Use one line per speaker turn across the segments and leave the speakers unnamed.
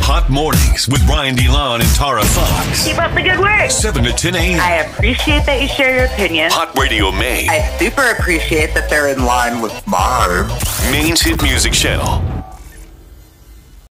Hot Mornings with Ryan DeLon and Tara Fox.
Keep up the good work.
7 to 10 a.m.
I appreciate that you share your opinion.
Hot Radio Maine.
I super appreciate that they're in line with mine.
Maine's hit music channel.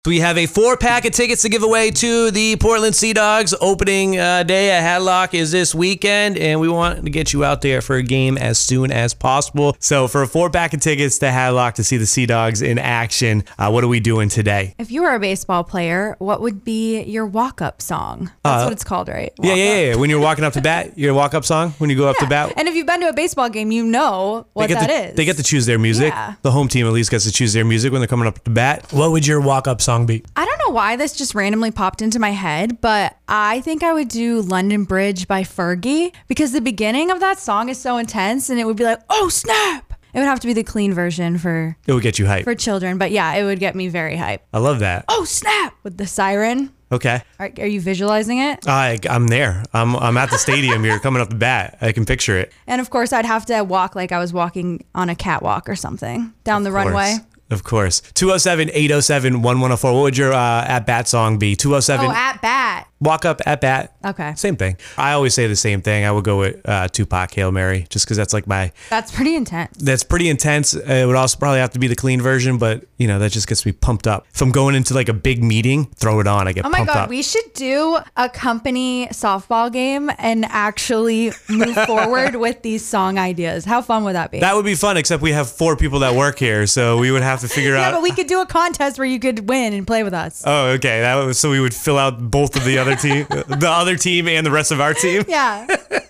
We have a four pack of tickets to give away to the Portland Sea Dogs. Opening uh, day at Hadlock is this weekend, and we want to get you out there for a game as soon as possible.
So for a four pack of tickets to Hadlock to see the Sea Dogs in action, uh, what are we doing today?
If you were a baseball player, what would be your walk up song? That's what it's called, right?
Uh, Yeah, yeah,
Walk-up.
yeah, yeah. When you're walking up to bat, your walk up song. When you go up to bat,
And if you've been to a baseball game, you know what
get
that
to,
is.
They get to choose their music.
Yeah.
The home team at least gets to choose their music when they're coming up to bat.
What would your walk up song be?
I don't know why this just randomly popped into my head, but I think I would do London Bridge by Fergie because the beginning of that song is so intense and it would be like, oh snap. It would have to be the clean version for
It would get you hype.
for children, but yeah, it would get me very hype.
I love that.
Oh snap with the siren.
Okay,
Are, are you visualizing it?
I, I'm there. I'm I'm at the stadium. You're coming up to bat. I can picture it.
And of course, I'd have to walk like I was walking on a catwalk or something down the
Of course.
runway.
Of course. 207 807 1104. What would your uh, at bat song be? 207
Oh, at bat.
walk up at bat.
Okay.
Same thing. I always say the same thing. I would go with uh, Tupac Hail Mary just because that's like my,
That's pretty intense.
that's pretty intense. Uh, It would also probably have to be the clean version, but you know, that just gets me pumped up. If I'm going into like a big meeting, throw it on. I get
Oh my
pumped
God,
up.
we should do a company softball game and actually move forward with these song ideas. How fun would that be?
that would be fun, except we have four people that work here, so we would have to figure
yeah,
out.
but we could do a contest where you could win and play with us.
oh, okay. That was, so we would fill out both of the other team, the other team, and the rest of our team.
Yeah.
Uh,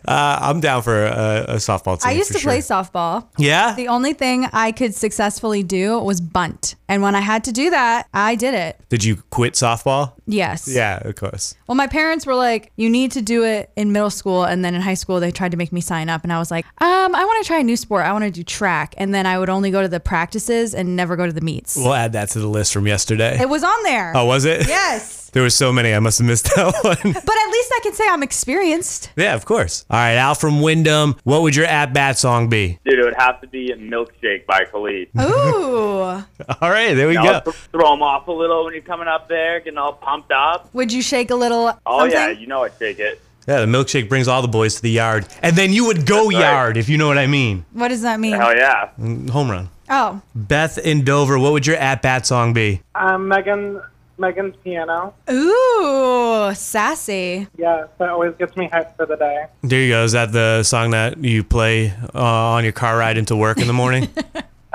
I'm down for a, a softball team.
I used
for
to play
sure.
softball.
Yeah.
The only thing I could successfully do was bunt. And when I had to do that, I did it.
Did you quit softball?
Yes.
Yeah, of course.
Well, my parents were like, you need to do it in middle school. And then in high school, they tried to make me sign up. And I was like, um, I want to try a new sport. I want to do track. And then I would only go to the practices and never go to the meets.
We'll add that to the list from yesterday.
It was on there.
oh, was it?
Yes.
There were so many. I must have missed that one.
But at least I can say I'm experienced.
yeah, of course. All right, Al from Wyndham. What would your at bat song be?
Dude, it would have to be Milkshake by Khalid.
Oh, Ooh.
All right, there we
I'll
go.
th- throw him off a little when you're coming up there, getting all pumped up.
Would you shake a little?
Oh, yeah,
something?
you know I shake it.
Yeah, the milkshake brings all the boys to the yard, and then you would go
That's right.
yard if you know what I mean.
What does that mean?
Hell yeah.
Home run.
Oh,
Beth in Dover. What would your at bat song be?
Um, Megan, Megan's piano.
Oh. ooh, sassy.
Yeah, that always gets me hyped for the day.
There you go. Is that the song that you play uh, on your car ride into work in the morning?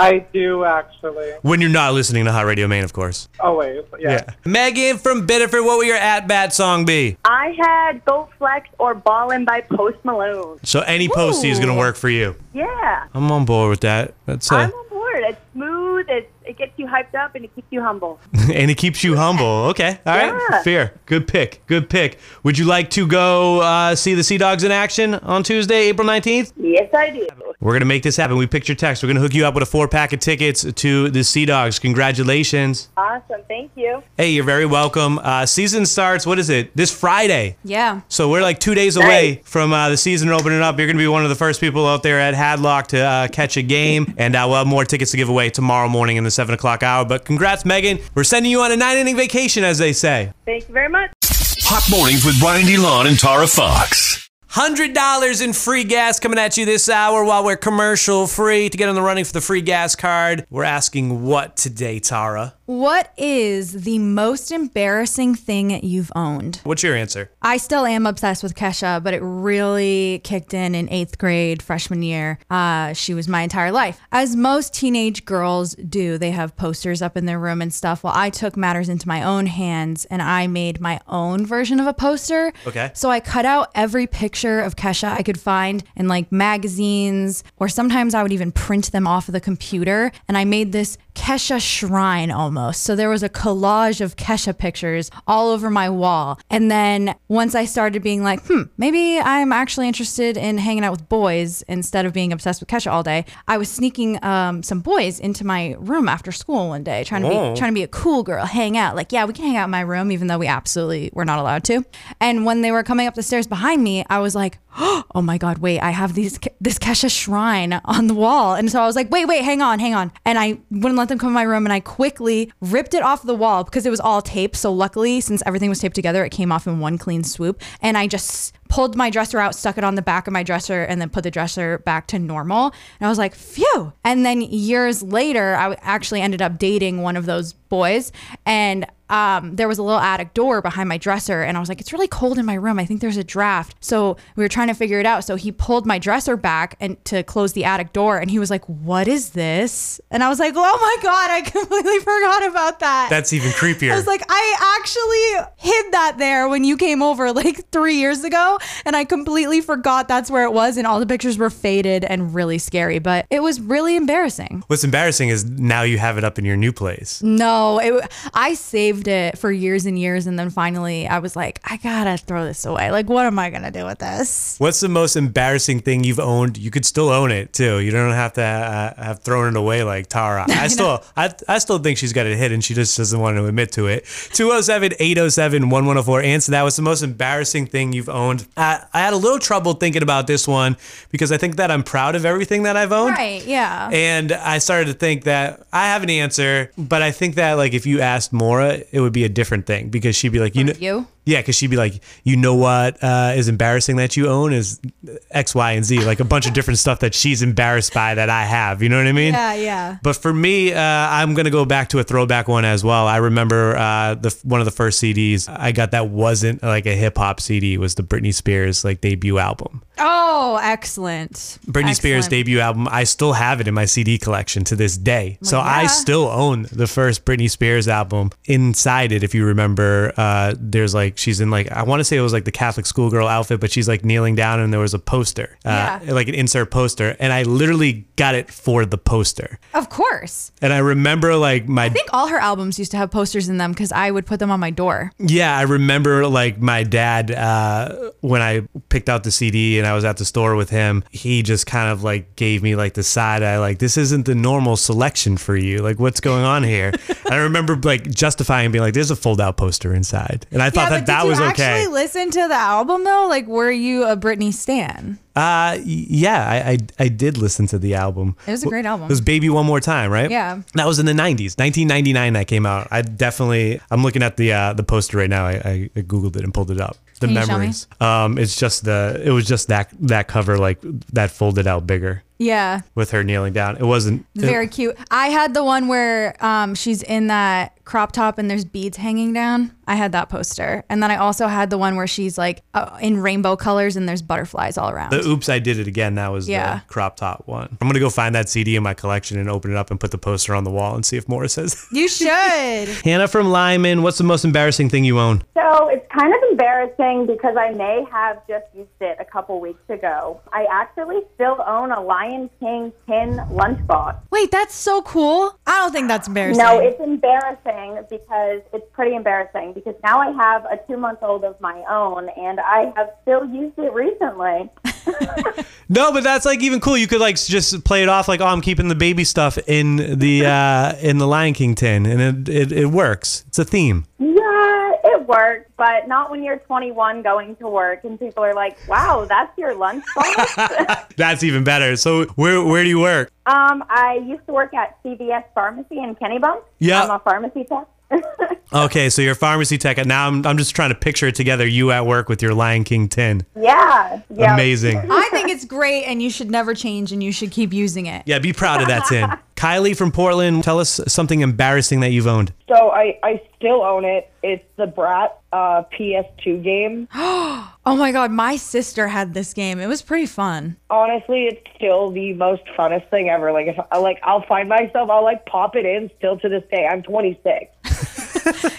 I do actually
when you're not listening to Hot Radio Maine, of course.
always. Yeah.
Megan from Biddeford, what would your at bat song be?
I had Go Flex or Ballin' by Post Malone.
So any postie is
Ooh.
going to work for you.
Yeah,
I'm on board with that. That's uh,
I'm on board. It's smooth. It, it gets you hyped up and it keeps you humble.
and it keeps you humble. Okay, all right,
Yeah.
fair, good pick, good pick. Would you like to go uh, see the Sea Dogs in action on Tuesday, April 19th?
Yes, I do.
We're gonna make this happen. We picked your text. We're gonna hook you up with a four pack of tickets to the Sea Dogs. Congratulations.
Awesome. Thank you.
Hey, you're very welcome. Uh, season starts. What is it? This Friday.
Yeah.
So we're like two days away from uh, the season opening up. You're going to be one of the first people out there at Hadlock to uh, catch a game, and uh, we'll have more tickets to give away tomorrow morning in the seven o'clock hour. But congrats, Megan. We're sending you on a nine-inning vacation, as they say.
Thank you very much.
Hot Mornings with Ryan DeLon and Tara Fox.
Hundred dollars in free gas coming at you this hour while we're commercial free to get on the running for the free gas card. We're asking what today, Tara?
What is the most embarrassing thing you've owned?
What's your answer?
I still am obsessed with Kesha, but it really kicked in in eighth grade, freshman year. Uh, she was my entire life. As most teenage girls do, they have posters up in their room and stuff. Well, I took matters into my own hands and I made my own version of a poster.
Okay.
So I cut out every picture of Kesha I could find in like magazines, or sometimes I would even print them off of the computer. And I made this Kesha shrine almost. So there was a collage of Kesha pictures all over my wall. And then once I started being like, hmm, maybe I'm actually interested in hanging out with boys instead of being obsessed with Kesha all day, I was sneaking um, some boys into my room after school one day, trying to be trying to be a cool girl, hang out. Like, yeah, we can hang out in my room, even though we absolutely were not allowed to. And when they were coming up the stairs behind me, I was like, oh my god, wait, I have these this Kesha shrine on the wall. And so I was like, wait, wait, hang on, hang on. And I wouldn't let them come in my room, and I quickly ripped it off the wall because it was all tape. So luckily, since everything was taped together, it came off in one clean swoop. And I just pulled my dresser out, stuck it on the back of my dresser, and then put the dresser back to normal. And I was like, phew. And then years later, I actually ended up dating one of those boys, and um, there was a little attic door behind my dresser, and I was like, "It's really cold in my room. I think there's a draft." So we were trying to figure it out. So he pulled my dresser back and to close the attic door, and he was like, "What is this?" And I was like, "Oh my god, I completely forgot about that."
That's even creepier.
I was like, "I actually hid that there when you came over like three years ago, and I completely forgot that's where it was, and all the pictures were faded and really scary, but it was really embarrassing."
What's embarrassing is now you have it up in your new place.
No, it, I saved it for years and years, and then finally I was like, I gotta throw this away. Like, what am I gonna do with this?
What's the most embarrassing thing you've owned? You could still own it too. You don't have to uh, have thrown it away like Tara. I still, I, I still think she's got it hidden. She just doesn't want to admit to it. 207-807-1104. Answer that. What's the most embarrassing thing you've owned? I, I had a little trouble thinking about this one because I think that I'm proud of everything that I've owned.
Right? Yeah.
And I started to think that I have an answer, but I think that like if you asked Mora, it would be a different thing because she'd be like, you know,
you?
yeah, because she'd be like, you know what uh, is embarrassing that you own is X, Y, and Z, like a bunch of different stuff that she's embarrassed by that I have. You know what I mean?
Yeah, yeah.
But for me, uh, I'm gonna go back to a throwback one as well. I remember uh, the one of the first CDs I got that wasn't like a hip hop CD was the Britney Spears like debut album.
Oh, excellent.
Britney Spears
Excellent.
debut album. I still have it in my CD collection to this day. so I
yeah.
still own the first Britney Spears album. Inside it, if you remember, uh, there's like she's in like I want to say it was like the Catholic schoolgirl outfit, but she's like kneeling down and there was a poster, uh,
Yeah.
like an insert poster, and I literally got it for the poster.
Of course.
And I remember like my
I think all her albums used to have posters in them because I would put them on my door.
Yeah, I remember like my dad uh, when I picked out the CD and I was at the store with him. He just kind of like gave me like the side eye, like this isn't the normal selection for you. Like what's going on here? and I remember like justifying being like, "There's a fold out poster inside," and I thought that that was okay.
actually listen to the album though? Like, were you a Britney stan?
uh, y- yeah, I, I I did listen to the album.
It was a great album.
It was Baby One More Time, right?
Yeah.
That was in the 90s, 1999 that came out. I definitely, I'm looking at the uh, the poster right now. I, I Googled it and pulled it up. The
Can you show me?
memories. Um, it's just the, it was just that, that cover, like that folded out bigger
Yeah.
with her kneeling down. It wasn't
Very cute. I had the one where um, she's in that crop top and there's beads hanging down. I had that poster. And then I also had the one where she's like uh, in rainbow colors and there's butterflies all around.
the oops, I did it again. That was
Yeah.
the crop top one. I'm going to go find that CD in my collection and open it up and put the poster on the wall and see if Morris says.
you should.
Hannah from Lyman, what's the most embarrassing thing you own?
So it's kind of embarrassing because I may have just used it a couple weeks ago. I actually still own a Lion King tin lunchbox.
Wait, that's so cool. I don't think that's embarrassing.
No, it's embarrassing because it's pretty embarrassing because now I have a two month old of my own and I have still used it recently.
No, but that's like even cool. You could like s- just play it off like, oh, I'm keeping the baby stuff in the uh, in the Lion King tin, and it, it it works. It's a theme.
Yeah, it worked, but not when you're 21 going to work and people are like, wow, that's your lunchbox.
That's even better. So where where do you work?
um, I used to work at CVS Pharmacy in Kennebunk.
Yeah.
I'm a pharmacy tech.
Okay, so you're a pharmacy tech. Now I'm I'm just trying to picture it together. You at work with your Lion King tin.
yeah. yeah.
Amazing.
I think it's great and you should never change and you should keep using it.
Yeah, be proud of that tin. Kylie from Portland, tell us something embarrassing that you've owned.
So I, I still own it. It's the Brat uh, PS2 game.
Oh my God, my sister had this game. It was pretty fun.
Honestly, it's still the most funnest thing ever. Like if I like, I'll find myself, I'll like pop it in still to this day. I'm 26.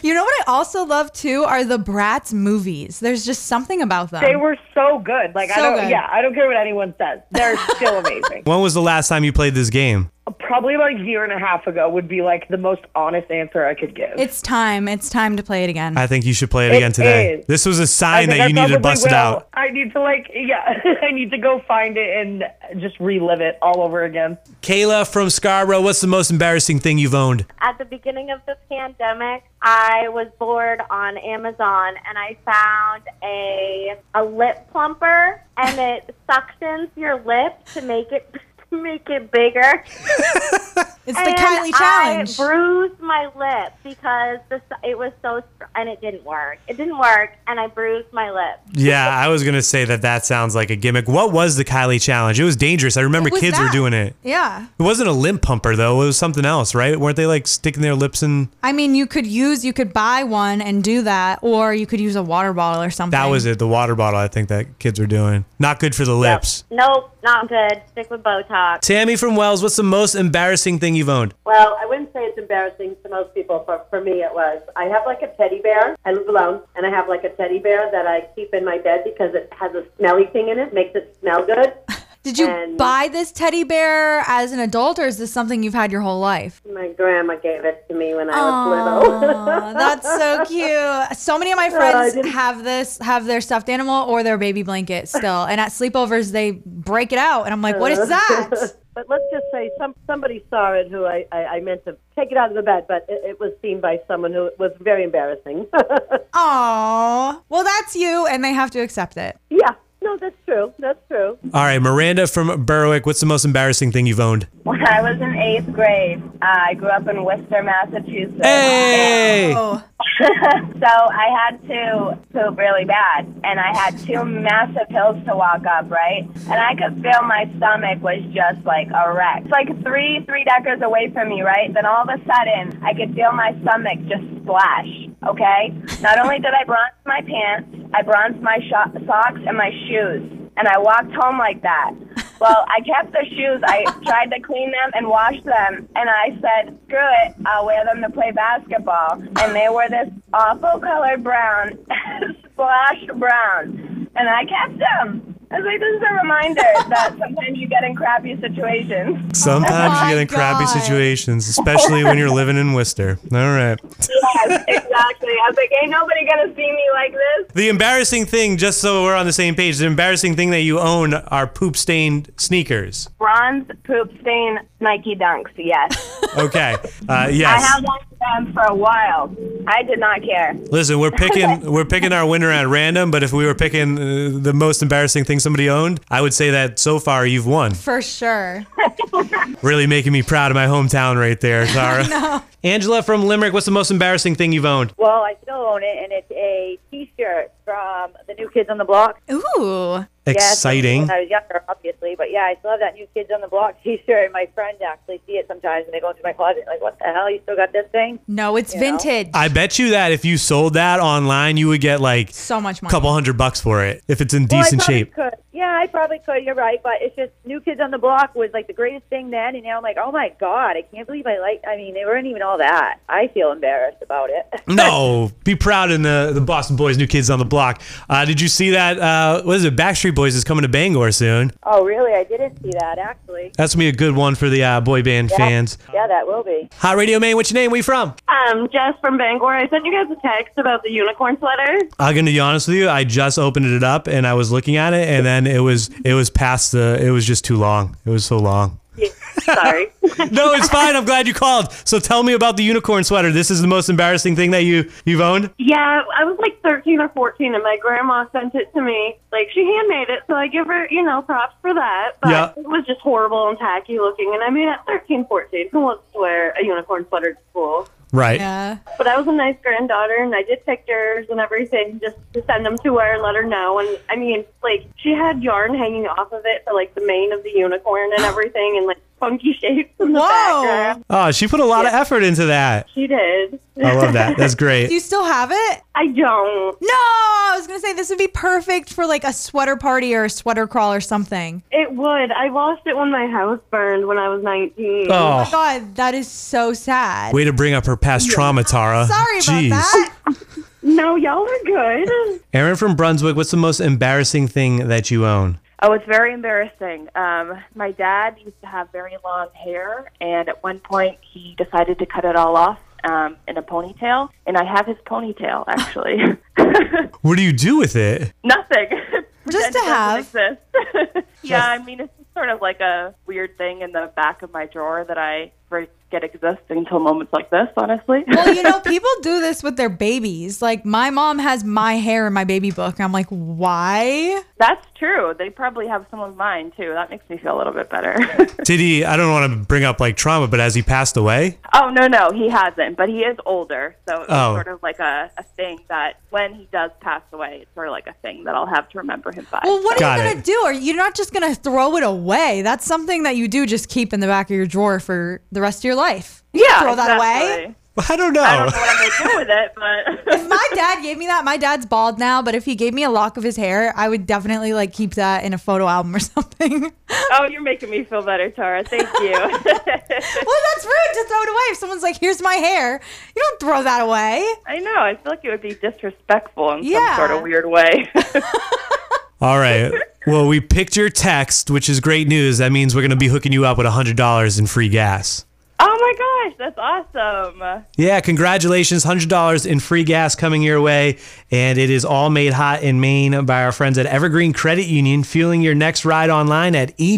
You know what I also love too are the Bratz movies. There's just something about them.
They were so good. Like I
So
don't,
good.
yeah, I don't care what anyone says. They're still amazing.
When was the last time you played this game?
Probably about a year and a half ago would be like the most honest answer I could give.
it's time. It's time to play it again.
I think you should play it,
It
again today.
is.
This was a
I
sign
think
that you
I
needed to
probably
bust it
will.
out.
I need to like, yeah, I need to go find it and just relive it all over again.
Kayla from Scarborough, what's the most embarrassing thing you've owned?
At the beginning of the pandemic, I was bored on Amazon and I found a a lip plumper and it suctions your lip to make it to make it bigger.
It's the
and
Kylie challenge.
I bruised my lip because the, it was so, str- and it didn't work. It didn't work, and I bruised my lip.
Yeah, I was gonna say that that sounds like a gimmick. What was the Kylie challenge? It was dangerous. I remember
What was
kids were
that?
doing it.
Yeah.
It wasn't a lip pumper though. It was something else, right? Weren't they like sticking their lips in?
I mean, you could use, you could buy one and do that, or you could use a water bottle or something.
That was it. The water bottle. I think that kids were doing. Not good for the lips.
Nope, not good. Stick with Botox.
Tammy from Wells, what's the most embarrassing thing you've owned?
Well, I wouldn't say it's embarrassing to most people, but for me it was. I have like a teddy bear. I live alone, and I have like a teddy bear that I keep in my bed because it has a smelly thing in it, makes it smell good.
Did you
And-
buy this teddy bear as an adult, or is this something you've had your whole life?
My grandma gave it to me when I was little.
Aw, that's so cute. So many of my
Oh, I
friends
didn't-
have this, have their stuffed animal or their baby blanket still. And at sleepovers, they break it out. And I'm like, what is that?
Uh. but let's just say some somebody saw it who I, I, I meant to take it out of the bed, but it, it was seen by someone who was very embarrassing.
Aw. Well, that's you, and they have to accept it.
yeah, no, that's true. That's true.
All right, Miranda from Berwick, what's the most embarrassing thing you've owned?
When I was in eighth grade, uh, I grew up in Worcester, Massachusetts.
Hey!
Oh
so I had to poop really bad, and I had two massive hills to walk up, right? And I could feel my stomach was just like a wreck. It's like three three deckers away from me, right? Then all of a sudden, I could feel my stomach just splash. Okay. Not only did I bronze my pants, I bronzed my sho- socks and my shoes, and I walked home like that. Well, I kept the shoes. I tried to clean them and wash them, and I said, "Screw it! I'll wear them to play basketball." And they were this awful color brown, splashed brown, and I kept them. I was like, "This is a reminder that sometimes you get in crappy situations."
Sometimes you get in crappy situations, especially when you're living in Worcester. All right.
yes, exactly. I was like, "Ain't nobody gonna see me like this."
The embarrassing thing, just so we're on the same page, the embarrassing thing that you own are poop stained sneakers.
Bronze poop stain Nike Dunks. Yes.
Okay. Uh,
I
yes.
have them for a while. I did not care.
Listen, we're picking we're picking our winner at random, but if we were picking uh, the most embarrassing thing somebody owned, I would say that so far you've won.
For sure.
Really making me proud of my hometown right there, Tara. Angela from Limerick, what's the most embarrassing thing you've owned?
Well, I still own it, and it's a T-shirt from the New Kids on the Block.
Ooh,
Exciting.
When I was younger, obviously, but yeah, I still have that New Kids on the Block T-shirt. And my friends actually see it sometimes, and they go into my closet like, "What the hell? You still got this thing?"
No, it's vintage.
I bet you that if you sold that online, you would get like
So much
a
money.
couple hundred bucks for it if it's in
Well, I
decent
probably
shape.
Could. Yeah, I probably could. You're right, but it's just New Kids on the Block was like the greatest thing then, and now I'm like, oh my god, I can't believe I like. I mean, they weren't even all that. I feel embarrassed about it.
No, be proud in the, the Boston Boys, New Kids on the Block. Uh, did you see that? Uh, what is it? Backstreet Boys is coming to Bangor soon.
Oh, really? I didn't see that actually.
That's gonna be a good one for the uh, boy band
Yeah.
fans.
Yeah, that will be.
Hot Radio Man, what's your name? Where you from?
Um, Jess from Bangor. I sent you guys a text about the unicorn sweater.
I'm gonna be honest with you. I just opened it up and I was looking at it, and then it was it was past the. It was just too long. It was so long.
Sorry.
no, it's fine. I'm glad you called. So tell me about the unicorn sweater. This is the most embarrassing thing that you you've owned.
Yeah, I was like 13 or 14, and my grandma sent it to me. Like, she handmade it, so I give her, you know, props for that. But
Yeah.
it was just horrible and tacky looking. And I mean, at 13, 14, who wants to wear a unicorn sweater to school?
Right.
Yeah.
But I was a nice granddaughter, and I did pictures and everything just to send them to her and let her know. And I mean, like, she had yarn hanging off of it for like the mane of the unicorn and everything, and like funky shapes in the background.
Oh, she put a lot of effort into that.
She did.
I love that. That's great.
Do you still have it?
I don't.
No, I was gonna say this would be perfect for like a sweater party or a sweater crawl or something.
Oh.
It would. I lost it when my house burned when I was 19.
Oh.
Oh, my god, that is so sad.
Way to bring up her past trauma, Tara.
Sorry about
uh, Jeez.
that.
No, y'all are good.
Aaron from Brunswick, what's the most embarrassing thing that you own?
Oh, it's very embarrassing. Um, my dad used to have very long hair, and at one point he decided to cut it all off um, in a ponytail, and I have his ponytail actually.
What do you do with it?
Nothing. Pretend
to
it doesn't
have.
exist. yeah, I mean it's just sort of like a weird thing in the back of my drawer that I
rates get exist until moments like this, honestly.
Well, you know, people do this with their babies. Like my mom has my hair in my baby book. and I'm like, why?
That's true. They probably have someone's mind too. That makes me feel a little bit better.
Did he? I don't want to bring up like trauma, but has he passed away?
oh no, no, he hasn't, but he is older, so it's
Oh.
sort of like a, a thing that when he does pass away, it's sort of like a thing that I'll have to remember him by.
Well, what
Got
are you
it.
gonna do? Are you not just gonna throw it away? That's something that you do just keep in the back of your drawer for the rest of your life. You can't
Yeah,
throw that away.
exactly.
Well, I don't know.
I don't know what I'm gonna do with it, but
if my dad gave me that, my dad's bald now, but if he gave me a lock of his hair, I would definitely like keep that in a photo album or something.
oh, you're making me feel better, Tara. Thank you.
well, that's rude to throw it away. If someone's like, "Here's my hair," you don't throw that away.
I know. I feel like it would be disrespectful in
Yeah.
some sort of weird way.
All right. Well, we picked your text, which is great news. That means we're going to be hooking you up with $100 in free gas.
oh my gosh, that's awesome.
Yeah, congratulations. $100 in free gas coming your way. And it is all made hot in Maine by our friends at Evergreen Credit Union. Fueling your next ride online at E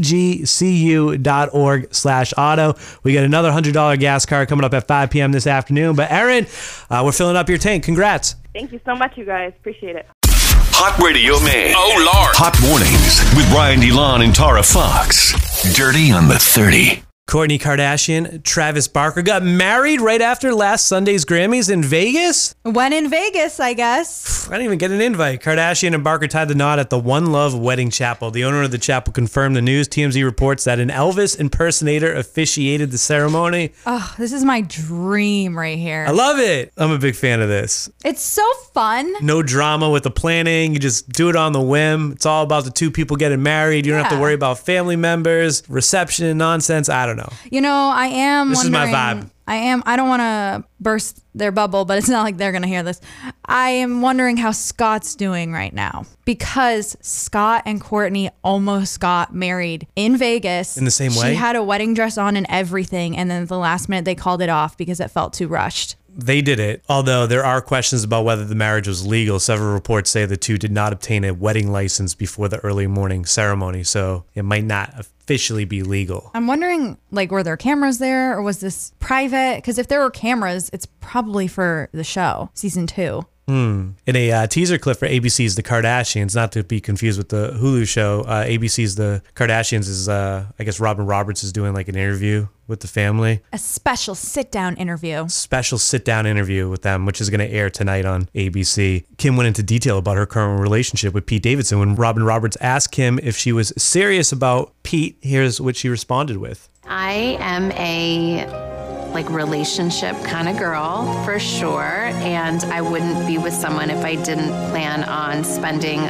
egcu.org slash auto. We got another $100 gas card coming up at 5 p.m. this afternoon. But Aaron, uh, we're filling up your tank. Congrats.
Thank you so much, you guys. Appreciate it.
Hot Radio Maine. Oh, Lord. Hot Mornings with Brian DeLon and Tara Fox. Dirty on the 30.
Courtney Kardashian, Travis Barker got married right after last Sunday's Grammys in Vegas.
When in Vegas, I guess.
I didn't even get an invite. Kardashian and Barker tied the knot at the One Love Wedding Chapel. The owner of the chapel confirmed the news. TMZ reports that an Elvis impersonator officiated the ceremony.
Oh, this is my dream right here.
I love it. I'm a big fan of this.
It's so fun.
No drama with the planning. You just do it on the whim. It's all about the two people getting married. You don't have to
Yeah.
worry about family members, reception, nonsense. I don't know.
You know, I am.
This is my
wondering,
vibe.
I am. I don't want to burst their bubble, but it's not like they're gonna hear this. I am wondering how Scott's doing right now because Scott and Courtney almost got married in Vegas
In the same way?
She had a wedding dress on and everything, and then at the last minute they called it off because it felt too rushed.
They did it, although there are questions about whether the marriage was legal. Several reports say the two did not obtain a wedding license before the early morning ceremony, so it might not officially be legal.
I'm wondering, like, were there cameras there, or was this private? Because if there were cameras, it's probably for the show season two.
Hmm. In a uh, teaser clip for ABC's The Kardashians, not to be confused with the Hulu show, uh, ABC's The Kardashians is, uh, I guess, Robin Roberts is doing like an interview with the family,
A special sit-down interview.
special sit down interview with them, which is going to air tonight on ABC. Kim went into detail about her current relationship with Pete Davidson when Robin Roberts asked Kim if she was serious about Pete. Here's what she responded with.
I am a like relationship kind of girl for sure, and I wouldn't be with someone if I didn't plan on spending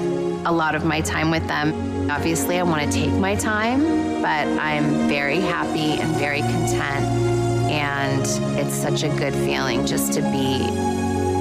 a lot of my time with them. Obviously, I want to take my time, but I'm very happy and very content, and it's such a good feeling just to be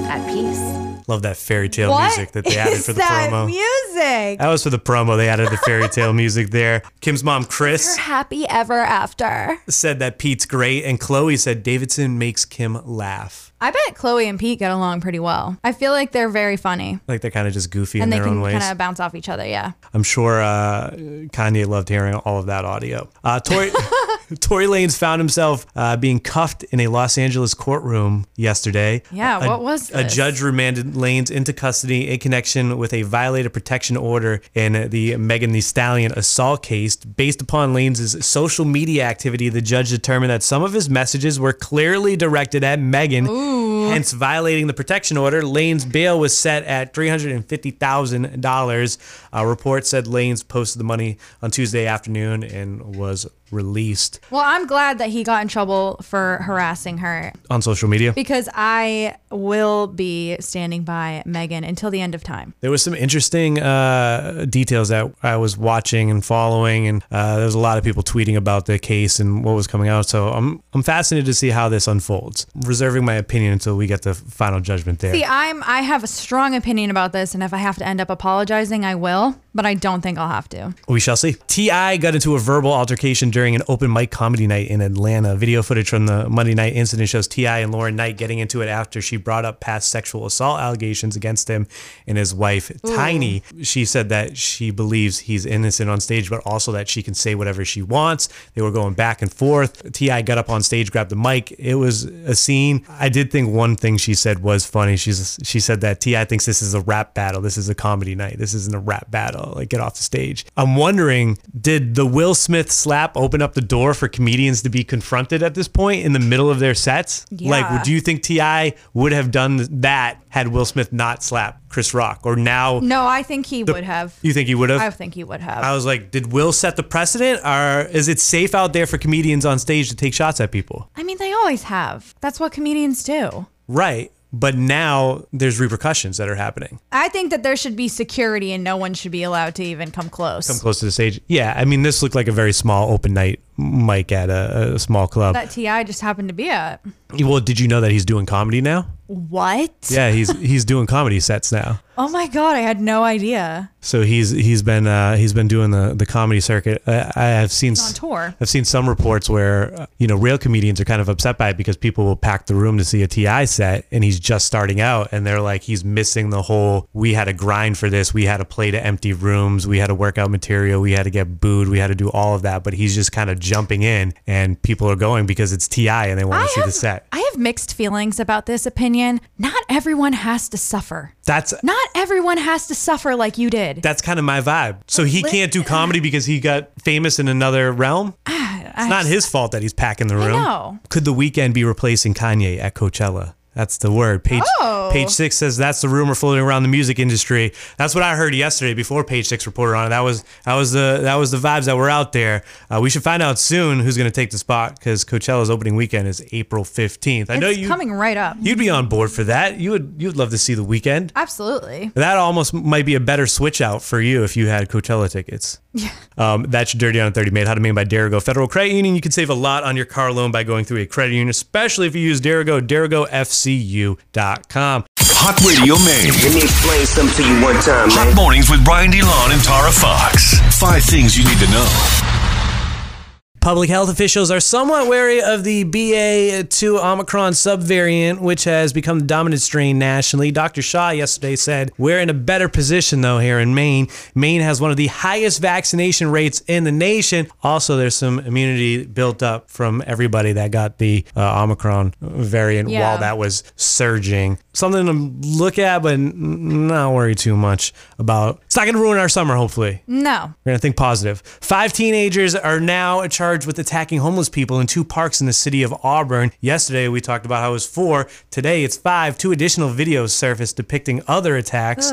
at peace.
Love that fairy tale
What
music that they added
is
for the
that
promo.
music?
That was for the promo. They added the fairy tale music there. Kim's mom, Chris,
happy ever after.
said that Pete's great, and Chloe said Davidson makes Kim laugh.
I bet Chloe and Pete get along pretty well. I feel like they're very funny.
Like they're kind of just goofy
and
in
they
their
can
own ways.
kind of bounce off each other, yeah.
I'm sure uh, Kanye loved hearing all of that audio. Uh, Tory, Tory Lanez found himself uh, being cuffed in a Los Angeles courtroom yesterday.
Yeah,
A-
what was
A
this?
judge remanded Lanes into custody in connection with a violated protection order in the Megan Thee Stallion assault case. Based upon Lanes' social media activity, the judge determined that some of his messages were clearly directed at Megan, hence violating the protection order. Lanes' bail was set at $350,000. A report said Lanes posted the money on Tuesday afternoon and was released
Well, I'm glad that he got in trouble for harassing her
on social media.
because I will be standing by Megan until the end of time.
There was some interesting uh, details that I was watching and following, and uh, there was a lot of people tweeting about the case and what was coming out. So I'm I'm fascinated to see how this unfolds. Reserving my opinion until we get the final judgment there.
See, I'm I have a strong opinion about this and if I have to end up apologizing, I will, but I don't think I'll have to.
We shall see. Ti got into a verbal altercation during during an open mic comedy night in Atlanta. Video footage from the Monday night incident shows T.I. and Lauren Knight getting into it after she brought up past sexual assault allegations against him and his wife, Tiny. She said that she believes he's innocent on stage, but also that she can say whatever she wants. They were going back and forth. T.I. got up on stage, grabbed the mic. It was a scene. I did think one thing she said was funny. She's, she said that T.I. thinks this is a rap battle. This is a comedy night. This isn't a rap battle. Like, get off the stage. I'm wondering, did the Will Smith slap open up the door for comedians to be confronted at this point in the middle of their sets?
Yeah.
Like, do you think T.I. would have done that had Will Smith not slapped Chris Rock? Or now.
No, I think he
The-
would have.
You think he would have?
Mm. I think he would have.
I was like, did Will set the precedent, or is it safe out there for comedians on stage to take shots at people?
I mean, they always have. That's what comedians do.
Right. But now there's repercussions that are happening.
I think that there should be security and no one should be allowed to even come close.
Come close to the stage. Yeah, I mean, this looked like a very small open night mic at a, a small club.
That TI just happened to be at.
well, did you know that he's doing comedy now?
What?
Yeah, he's he's doing comedy sets now.
Oh my God, I had no idea.
So he's he's been uh, he's been doing the, the comedy circuit. I, I have seen
He's on tour.
I've seen some reports where uh, you know real comedians are kind of upset by it because people will pack the room to see a Ti set and he's just starting out and they're like he's missing the whole we had to grind for this we had to play to empty rooms we had to work out material we had to get booed we had to do all of that but he's just kind of jumping in and people are going because it's Ti and they want to see the set.
I have mixed feelings about this opinion. Not everyone has to suffer.
That's
Not everyone has to suffer like you did.
that's kind of my vibe. So he
Li- uh,
can't do comedy because he got famous in another realm. It's not his fault that he's packing the room.
know.
Could the weekend be replacing Kanye at Coachella? That's the word. Page
Oh.
Page Six says that's the rumor floating around the music industry. That's what I heard yesterday before Page Six reported on it. That was that was the that was the vibes that were out there. Uh, we should find out soon who's going to take the spot because Coachella's opening weekend is April fifteenth. I know
it's
you
coming right up.
you'd be on board for that. You would you'd love to see the weekend.
Absolutely.
That almost might be a better switch out for you if you had Coachella tickets. Yeah. Um, that's your Dirty on 30 made. How to Made by Derigo Federal Credit Union. You can save a lot on your car loan by going through a credit union, especially if you use Derigo, derigofcu.com.
Hot Radio Maine.
Let me explain something to you one time,
Hot mornings with Brian DeLon and Tara Fox. Five things you need to know.
Public health officials are somewhat wary of the BA2 Omicron subvariant, which has become the dominant strain nationally. Dr. Shaw yesterday said, We're in a better position, though, here in Maine. Maine has one of the highest vaccination rates in the nation. Also, there's some immunity built up from everybody that got the uh, Omicron variant
Yeah.
while that was surging. Something to look at, but n- not worry too much about. It's not going to ruin our summer, hopefully.
No.
We're going to think positive. Five teenagers are now charged with attacking homeless people in two parks in the city of Auburn. Yesterday, we talked about how it was four. Today, it's five. Two additional videos surfaced depicting other attacks.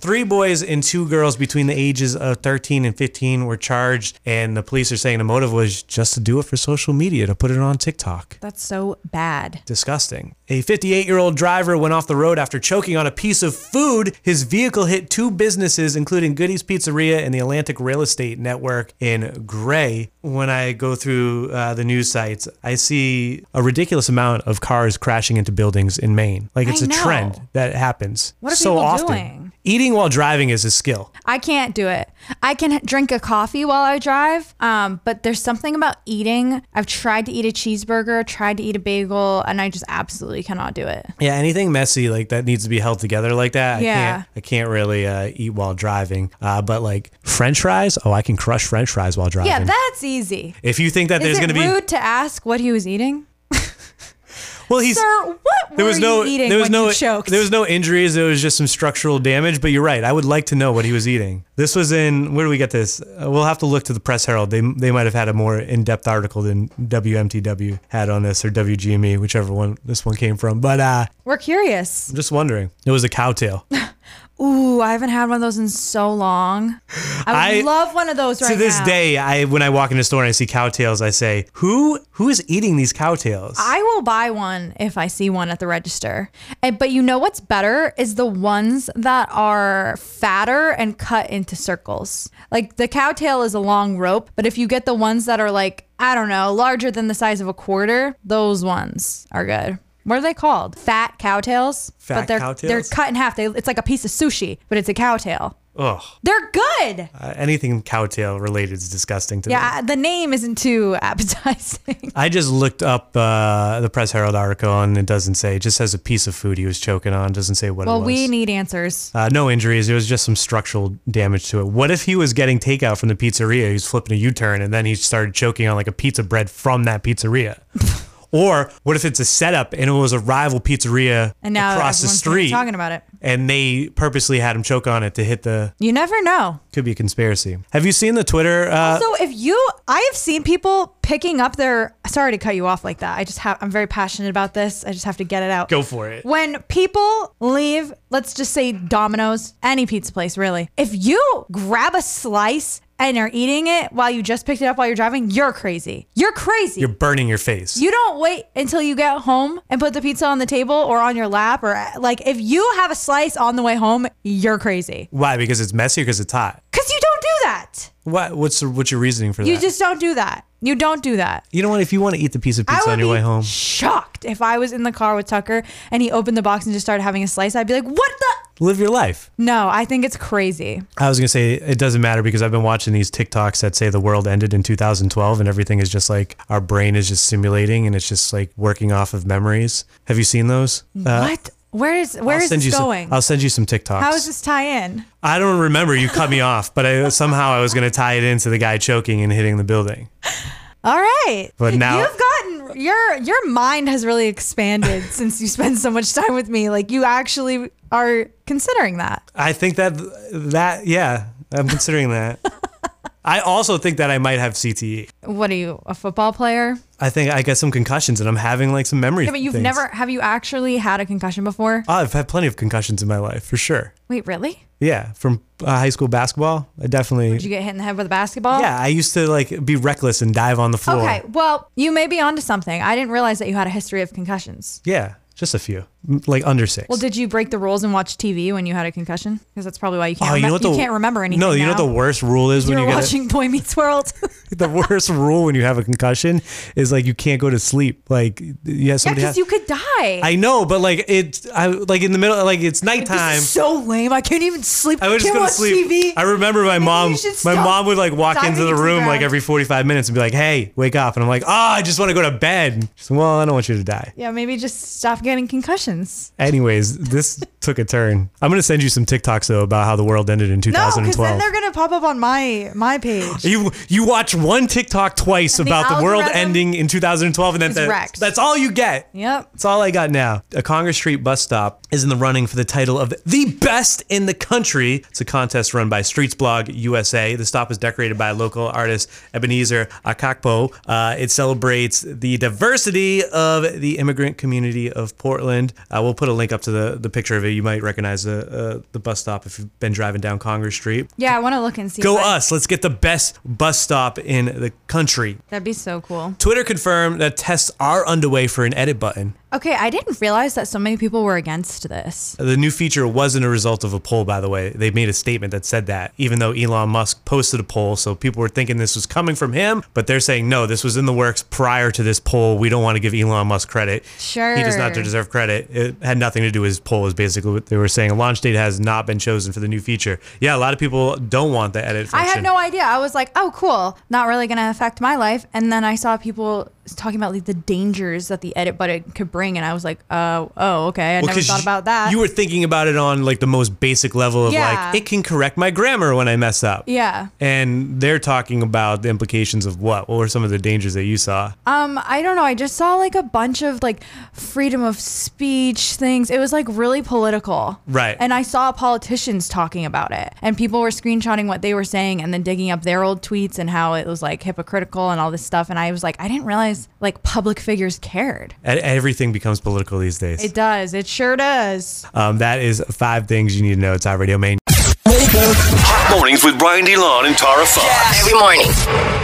Three boys and two girls between the ages of 13 and 15 were charged, and the police are saying the motive was just to do it for social media, to put it on TikTok.
That's so bad.
Disgusting. A 58 year old driver went off the road after choking on a piece of food. His vehicle hit two businesses, including Goody's Pizzeria and the Atlantic Real Estate Network in Gray. When I go through uh, the news sites, I see a ridiculous amount of cars crashing into buildings in Maine. Like it's
I
a
know.
trend that happens
What are
so
people
often.
doing?
Eating while driving is a skill.
I can't do it. I can drink a coffee while I drive, um, but there's something about eating. I've tried to eat a cheeseburger, tried to eat a bagel, and I just absolutely cannot do it.
Yeah, anything messy like that needs to be held together like that. I
Yeah.
can't, I can't really uh, eat while driving. Uh, but like French fries, oh, I can crush French fries while driving.
Yeah, that's easy.
If you think that
Is
there's
it
going to be
rude to ask what he was eating?
well, he's
Sir, what
there was
were
no
you eating
there was
when
no
you choked?
there was no injuries. There was just some structural damage. But you're right. I would like to know what he was eating. This was in where do we get this? Uh, we'll have to look to the Press Herald. They they might have had a more in depth article than WMTW had on this or WGME, E, whichever one this one came from. But uh,
We're curious.
I'm just wondering. It was a cow tail.
Ooh, I haven't had one of those in so long. I
I-
would love one of those right
to this
now.
day, I when I walk in a store and I see cowtails, I say, "Who who is eating these cowtails?"
I will buy one if I see one at the register. And, but you know what's better is the ones that are fatter and cut into circles. Like the cowtail is a long rope, but if you get the ones that are like, I don't know, larger than the size of a quarter, those ones are good. What are they called? Fat cowtails?
Fat
but they're
cowtails?
they're cut in half. They, it's like a piece of sushi, but it's a cowtail.
Ugh.
They're good.
Uh, anything cowtail related is disgusting to me.
Yeah, the name isn't too appetizing.
I just looked up uh, the Press Herald article and it doesn't say. It just says a piece of food he was choking on. Doesn't say what it
well,
was.
we need answers.
Uh, no injuries. It was just some structural damage to it. What if he was getting takeout from the pizzeria? He was flipping a U turn and then he started choking on like a pizza bread from that pizzeria. or what if it's a setup and it was a rival pizzeria
And now
across the
everyone's
street
talking about it.
and they purposely had him choke on it to hit the.
You never know.
Could be a conspiracy. Have you seen the Twitter? Uh,
So if you, I have seen people picking up their. Sorry to cut you off like that. I just have. I'm very passionate about this. I just have to get it out.
Go for it.
When people leave, let's just say Domino's, any pizza place, really. If you grab a slice and are eating it while you just picked it up while you're driving, you're crazy. You're crazy.
you're burning your face.
You don't wait until you get home and put the pizza on the table or on your lap or like if you have a slice on the way home, you're crazy.
Why? Because it's messy or because it's hot?
Cuz you don't do that.
What? What's what's your reasoning for
You
that?
just don't do that. You don't do that.
you know what? If you want to eat the piece of pizza
would
on your way
be
home,
Shocked. If I was in the car with Tucker and he opened the box and just started having a slice, I'd be like, "What the
live your life.
No, I think it's crazy.
I was gonna say it doesn't matter because I've been watching these TikToks that say the world ended in 2012 and everything is just like our brain is just simulating and it's just like working off of memories. Have you seen those? Uh,
what? Where is where
I'll
is
send you
this going?
Some, I'll send you some TikToks.
How does this tie in?
I don't remember. You cut me off, but I, somehow I was gonna tie it into the guy choking and hitting the building.
All right.
But now-
you've gotten your your mind has really expanded since you spend so much time with me. Like you actually are considering that.
I think that that yeah, I'm considering that. I also think that I might have CTE.
What are you, a football player?
I think I get some concussions and I'm having like some memory.
Yeah, but you've
things.
never have you actually had a concussion before?
Oh, I've had plenty of concussions in my life for sure.
Wait, really?
Yeah, from uh, high school basketball, I definitely.
Did you get hit in the head with a basketball?
yeah, I used to like be reckless and dive on the floor.
Okay. Well, you may be onto something. I didn't realize that you had a history of concussions.
Yeah, just a few, M- like under six.
Well, did you break the rules and watch TV when you had a concussion? Because that's probably why you can't.
Oh, you know
remem-
what the-
can't remember anything.
no, you know
now.
what the worst rule is when
You're
you get
watching Boy Meets World.
a, the worst rule when you have a concussion is like you can't go to sleep. Like yeah,
yeah,
somebody.
because
has-
you could die.
I know, but like it's I like in the middle, like it's nighttime.
This is so lame. I can't even sleep.
I was just
can't
gonna
watch
sleep.
TV.
I remember my mom.
should
My
stop
mom would like walk
diving
into the
into the
room like
ground.
every forty-five minutes and be like, "Hey, wake up!" And I'm like, "Oh, I just want to go to bed." She's like, well, I don't want you to die.
Yeah, maybe just stop getting concussions.
Anyways, this took a turn. I'm gonna send you some TikToks though about how the world ended in
No, because then
2012.
they're gonna pop up on my my page.
you you watch one TikTok twice
And the
about the, world
algorithm
ending in 2012, and then
is
that-
wrecked.
that's all you get.
Yep.
That's all I got now. A Congress Street bus stop is in the running for the title of the best in the country. It's a contest run by Streets Blog USA. The stop is decorated by local artist Ebenezer Akakpo. Uh, it celebrates the diversity of the immigrant community of Portland. Uh, we'll put a link up to the, the picture of it. You might recognize the uh, the bus stop if you've been driving down Congress Street.
Yeah, I want to look and see.
Go
if I-
us! Let's get the best bus stop in the country.
That'd be so cool.
Twitter confirmed that tests are underway for an edit button.
Okay, I didn't realize that so many people were against this.
The new feature wasn't a result of a poll, by the way. They made a statement that said that, even though Elon Musk posted a poll. So people were thinking this was coming from him, but they're saying, no, this was in the works prior to this poll. We don't want to give Elon Musk credit. He does not
Sure.
deserve credit. It had nothing to do with his poll, is basically what they were saying. A launch date has not been chosen for the new feature. Yeah, a lot of people don't want the edit
I
function.
had no idea. I was like, oh, cool. Not really going to affect my life. And then I saw people talking about like the dangers that the edit button could bring. And I was like, oh, oh, okay. I
Well,
never
'cause
thought
you-
about that.
You were thinking about it on like the most basic level of
Yeah.
like, it can correct my grammar when I mess up.
yeah.
And they're talking about the implications of what? What were some of the dangers that you saw?
Um, I don't know. I just saw like a bunch of like freedom of speech things. It was like really political.
Right.
And I saw politicians talking about it. And people were screenshotting what they were saying and then digging up their old tweets and how it was like hypocritical and all this stuff. And I was like, I didn't realize like public figures cared.
E- Everything becomes political these days.
It does. It sure does.
Um, that is five things you need to know. It's our radio main.
Hot mornings with Brian DeLon and Tara Fox. every morning.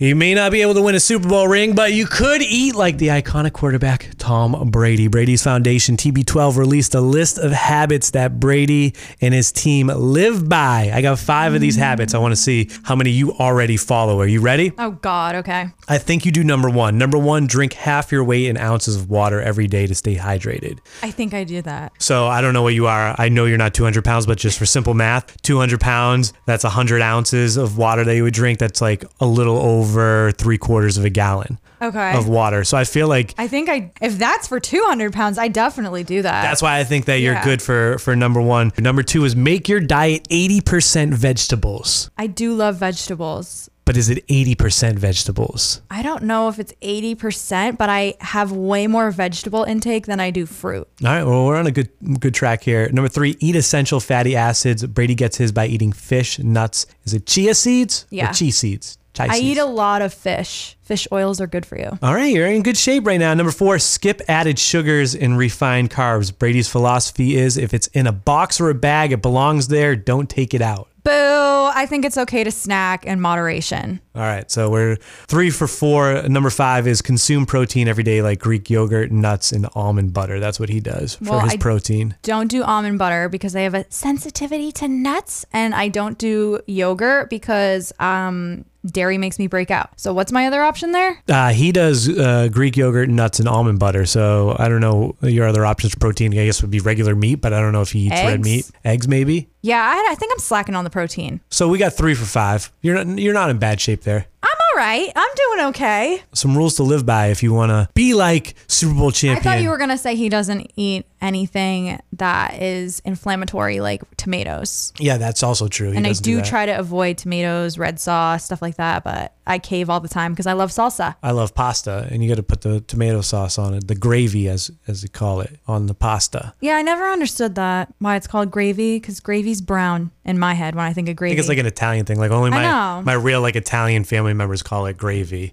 You may not be able to win a Super Bowl ring, but you could eat like the iconic quarterback Tom Brady. Brady's Foundation, TB12, released a list of habits that Brady and his team live by. I got five of these habits. I want to see how many you already follow. Are you ready?
Oh, God. Okay.
I think you do number one. Number one, drink half your weight in ounces of water every day to stay hydrated.
I think I do that.
So I don't know what you are. I know you're not 200 pounds, but just for simple math, 200 pounds, that's 100 ounces of water that you would drink. That's like a little over three quarters of a gallon
Okay.
of water. So I feel like
I think I, if that's for 200 pounds, I definitely do that.
that's why I think that you're
Yeah.
good for, for number one. Number two is make your diet 80% vegetables.
I do love vegetables.
But is it 80% vegetables?
I don't know if it's 80%, but I have way more vegetable intake than I do fruit.
All right, well, we're on a good good track here. Number three, eat essential fatty acids. Brady gets his by eating fish, nuts. Is it chia seeds?
Yeah.
Or chia seeds. Chia
I
seeds.
eat a lot of fish. Fish oils are good for you.
All right, you're in good shape right now. Number four, skip added sugars and refined carbs. Brady's philosophy is if it's in a box or a bag, it belongs there. Don't take it out.
Boo. I think it's okay to snack in moderation.
All right, so we're three for four. Number five is consume protein every day, like Greek yogurt, nuts, and almond butter. That's what he does for
Well,
his
I-
protein.
Don't do almond butter because I have a sensitivity to nuts, and I don't do yogurt because um, dairy makes me break out. So, what's my other option there?
Uh, he does uh, Greek yogurt, nuts, and almond butter. So I don't know your other options for protein. I guess would be regular meat, but I don't know if he eats red
Eggs?
meat, eggs maybe.
Yeah, I, I think I'm slacking on the protein.
So we got three for five. You're not you're not in bad shape there.
I'm all right. I'm doing okay.
Some rules to live by if you want to be like Super Bowl champion.
I thought you were going to say he doesn't eat anything that is inflammatory, like tomatoes.
yeah, that's also true. He
and I
doesn't
do
that.
try to avoid tomatoes, red sauce, stuff like that, but I cave all the time because I love salsa.
I love pasta, and you got to put the tomato sauce on it, the gravy as as they call it, on the pasta.
Yeah, I never understood that why it's called gravy because gravy's brown in my head when I think of
I
gravy.
think it's like an Italian thing. Like only
I
my
know.
my real like Italian family members call it gravy.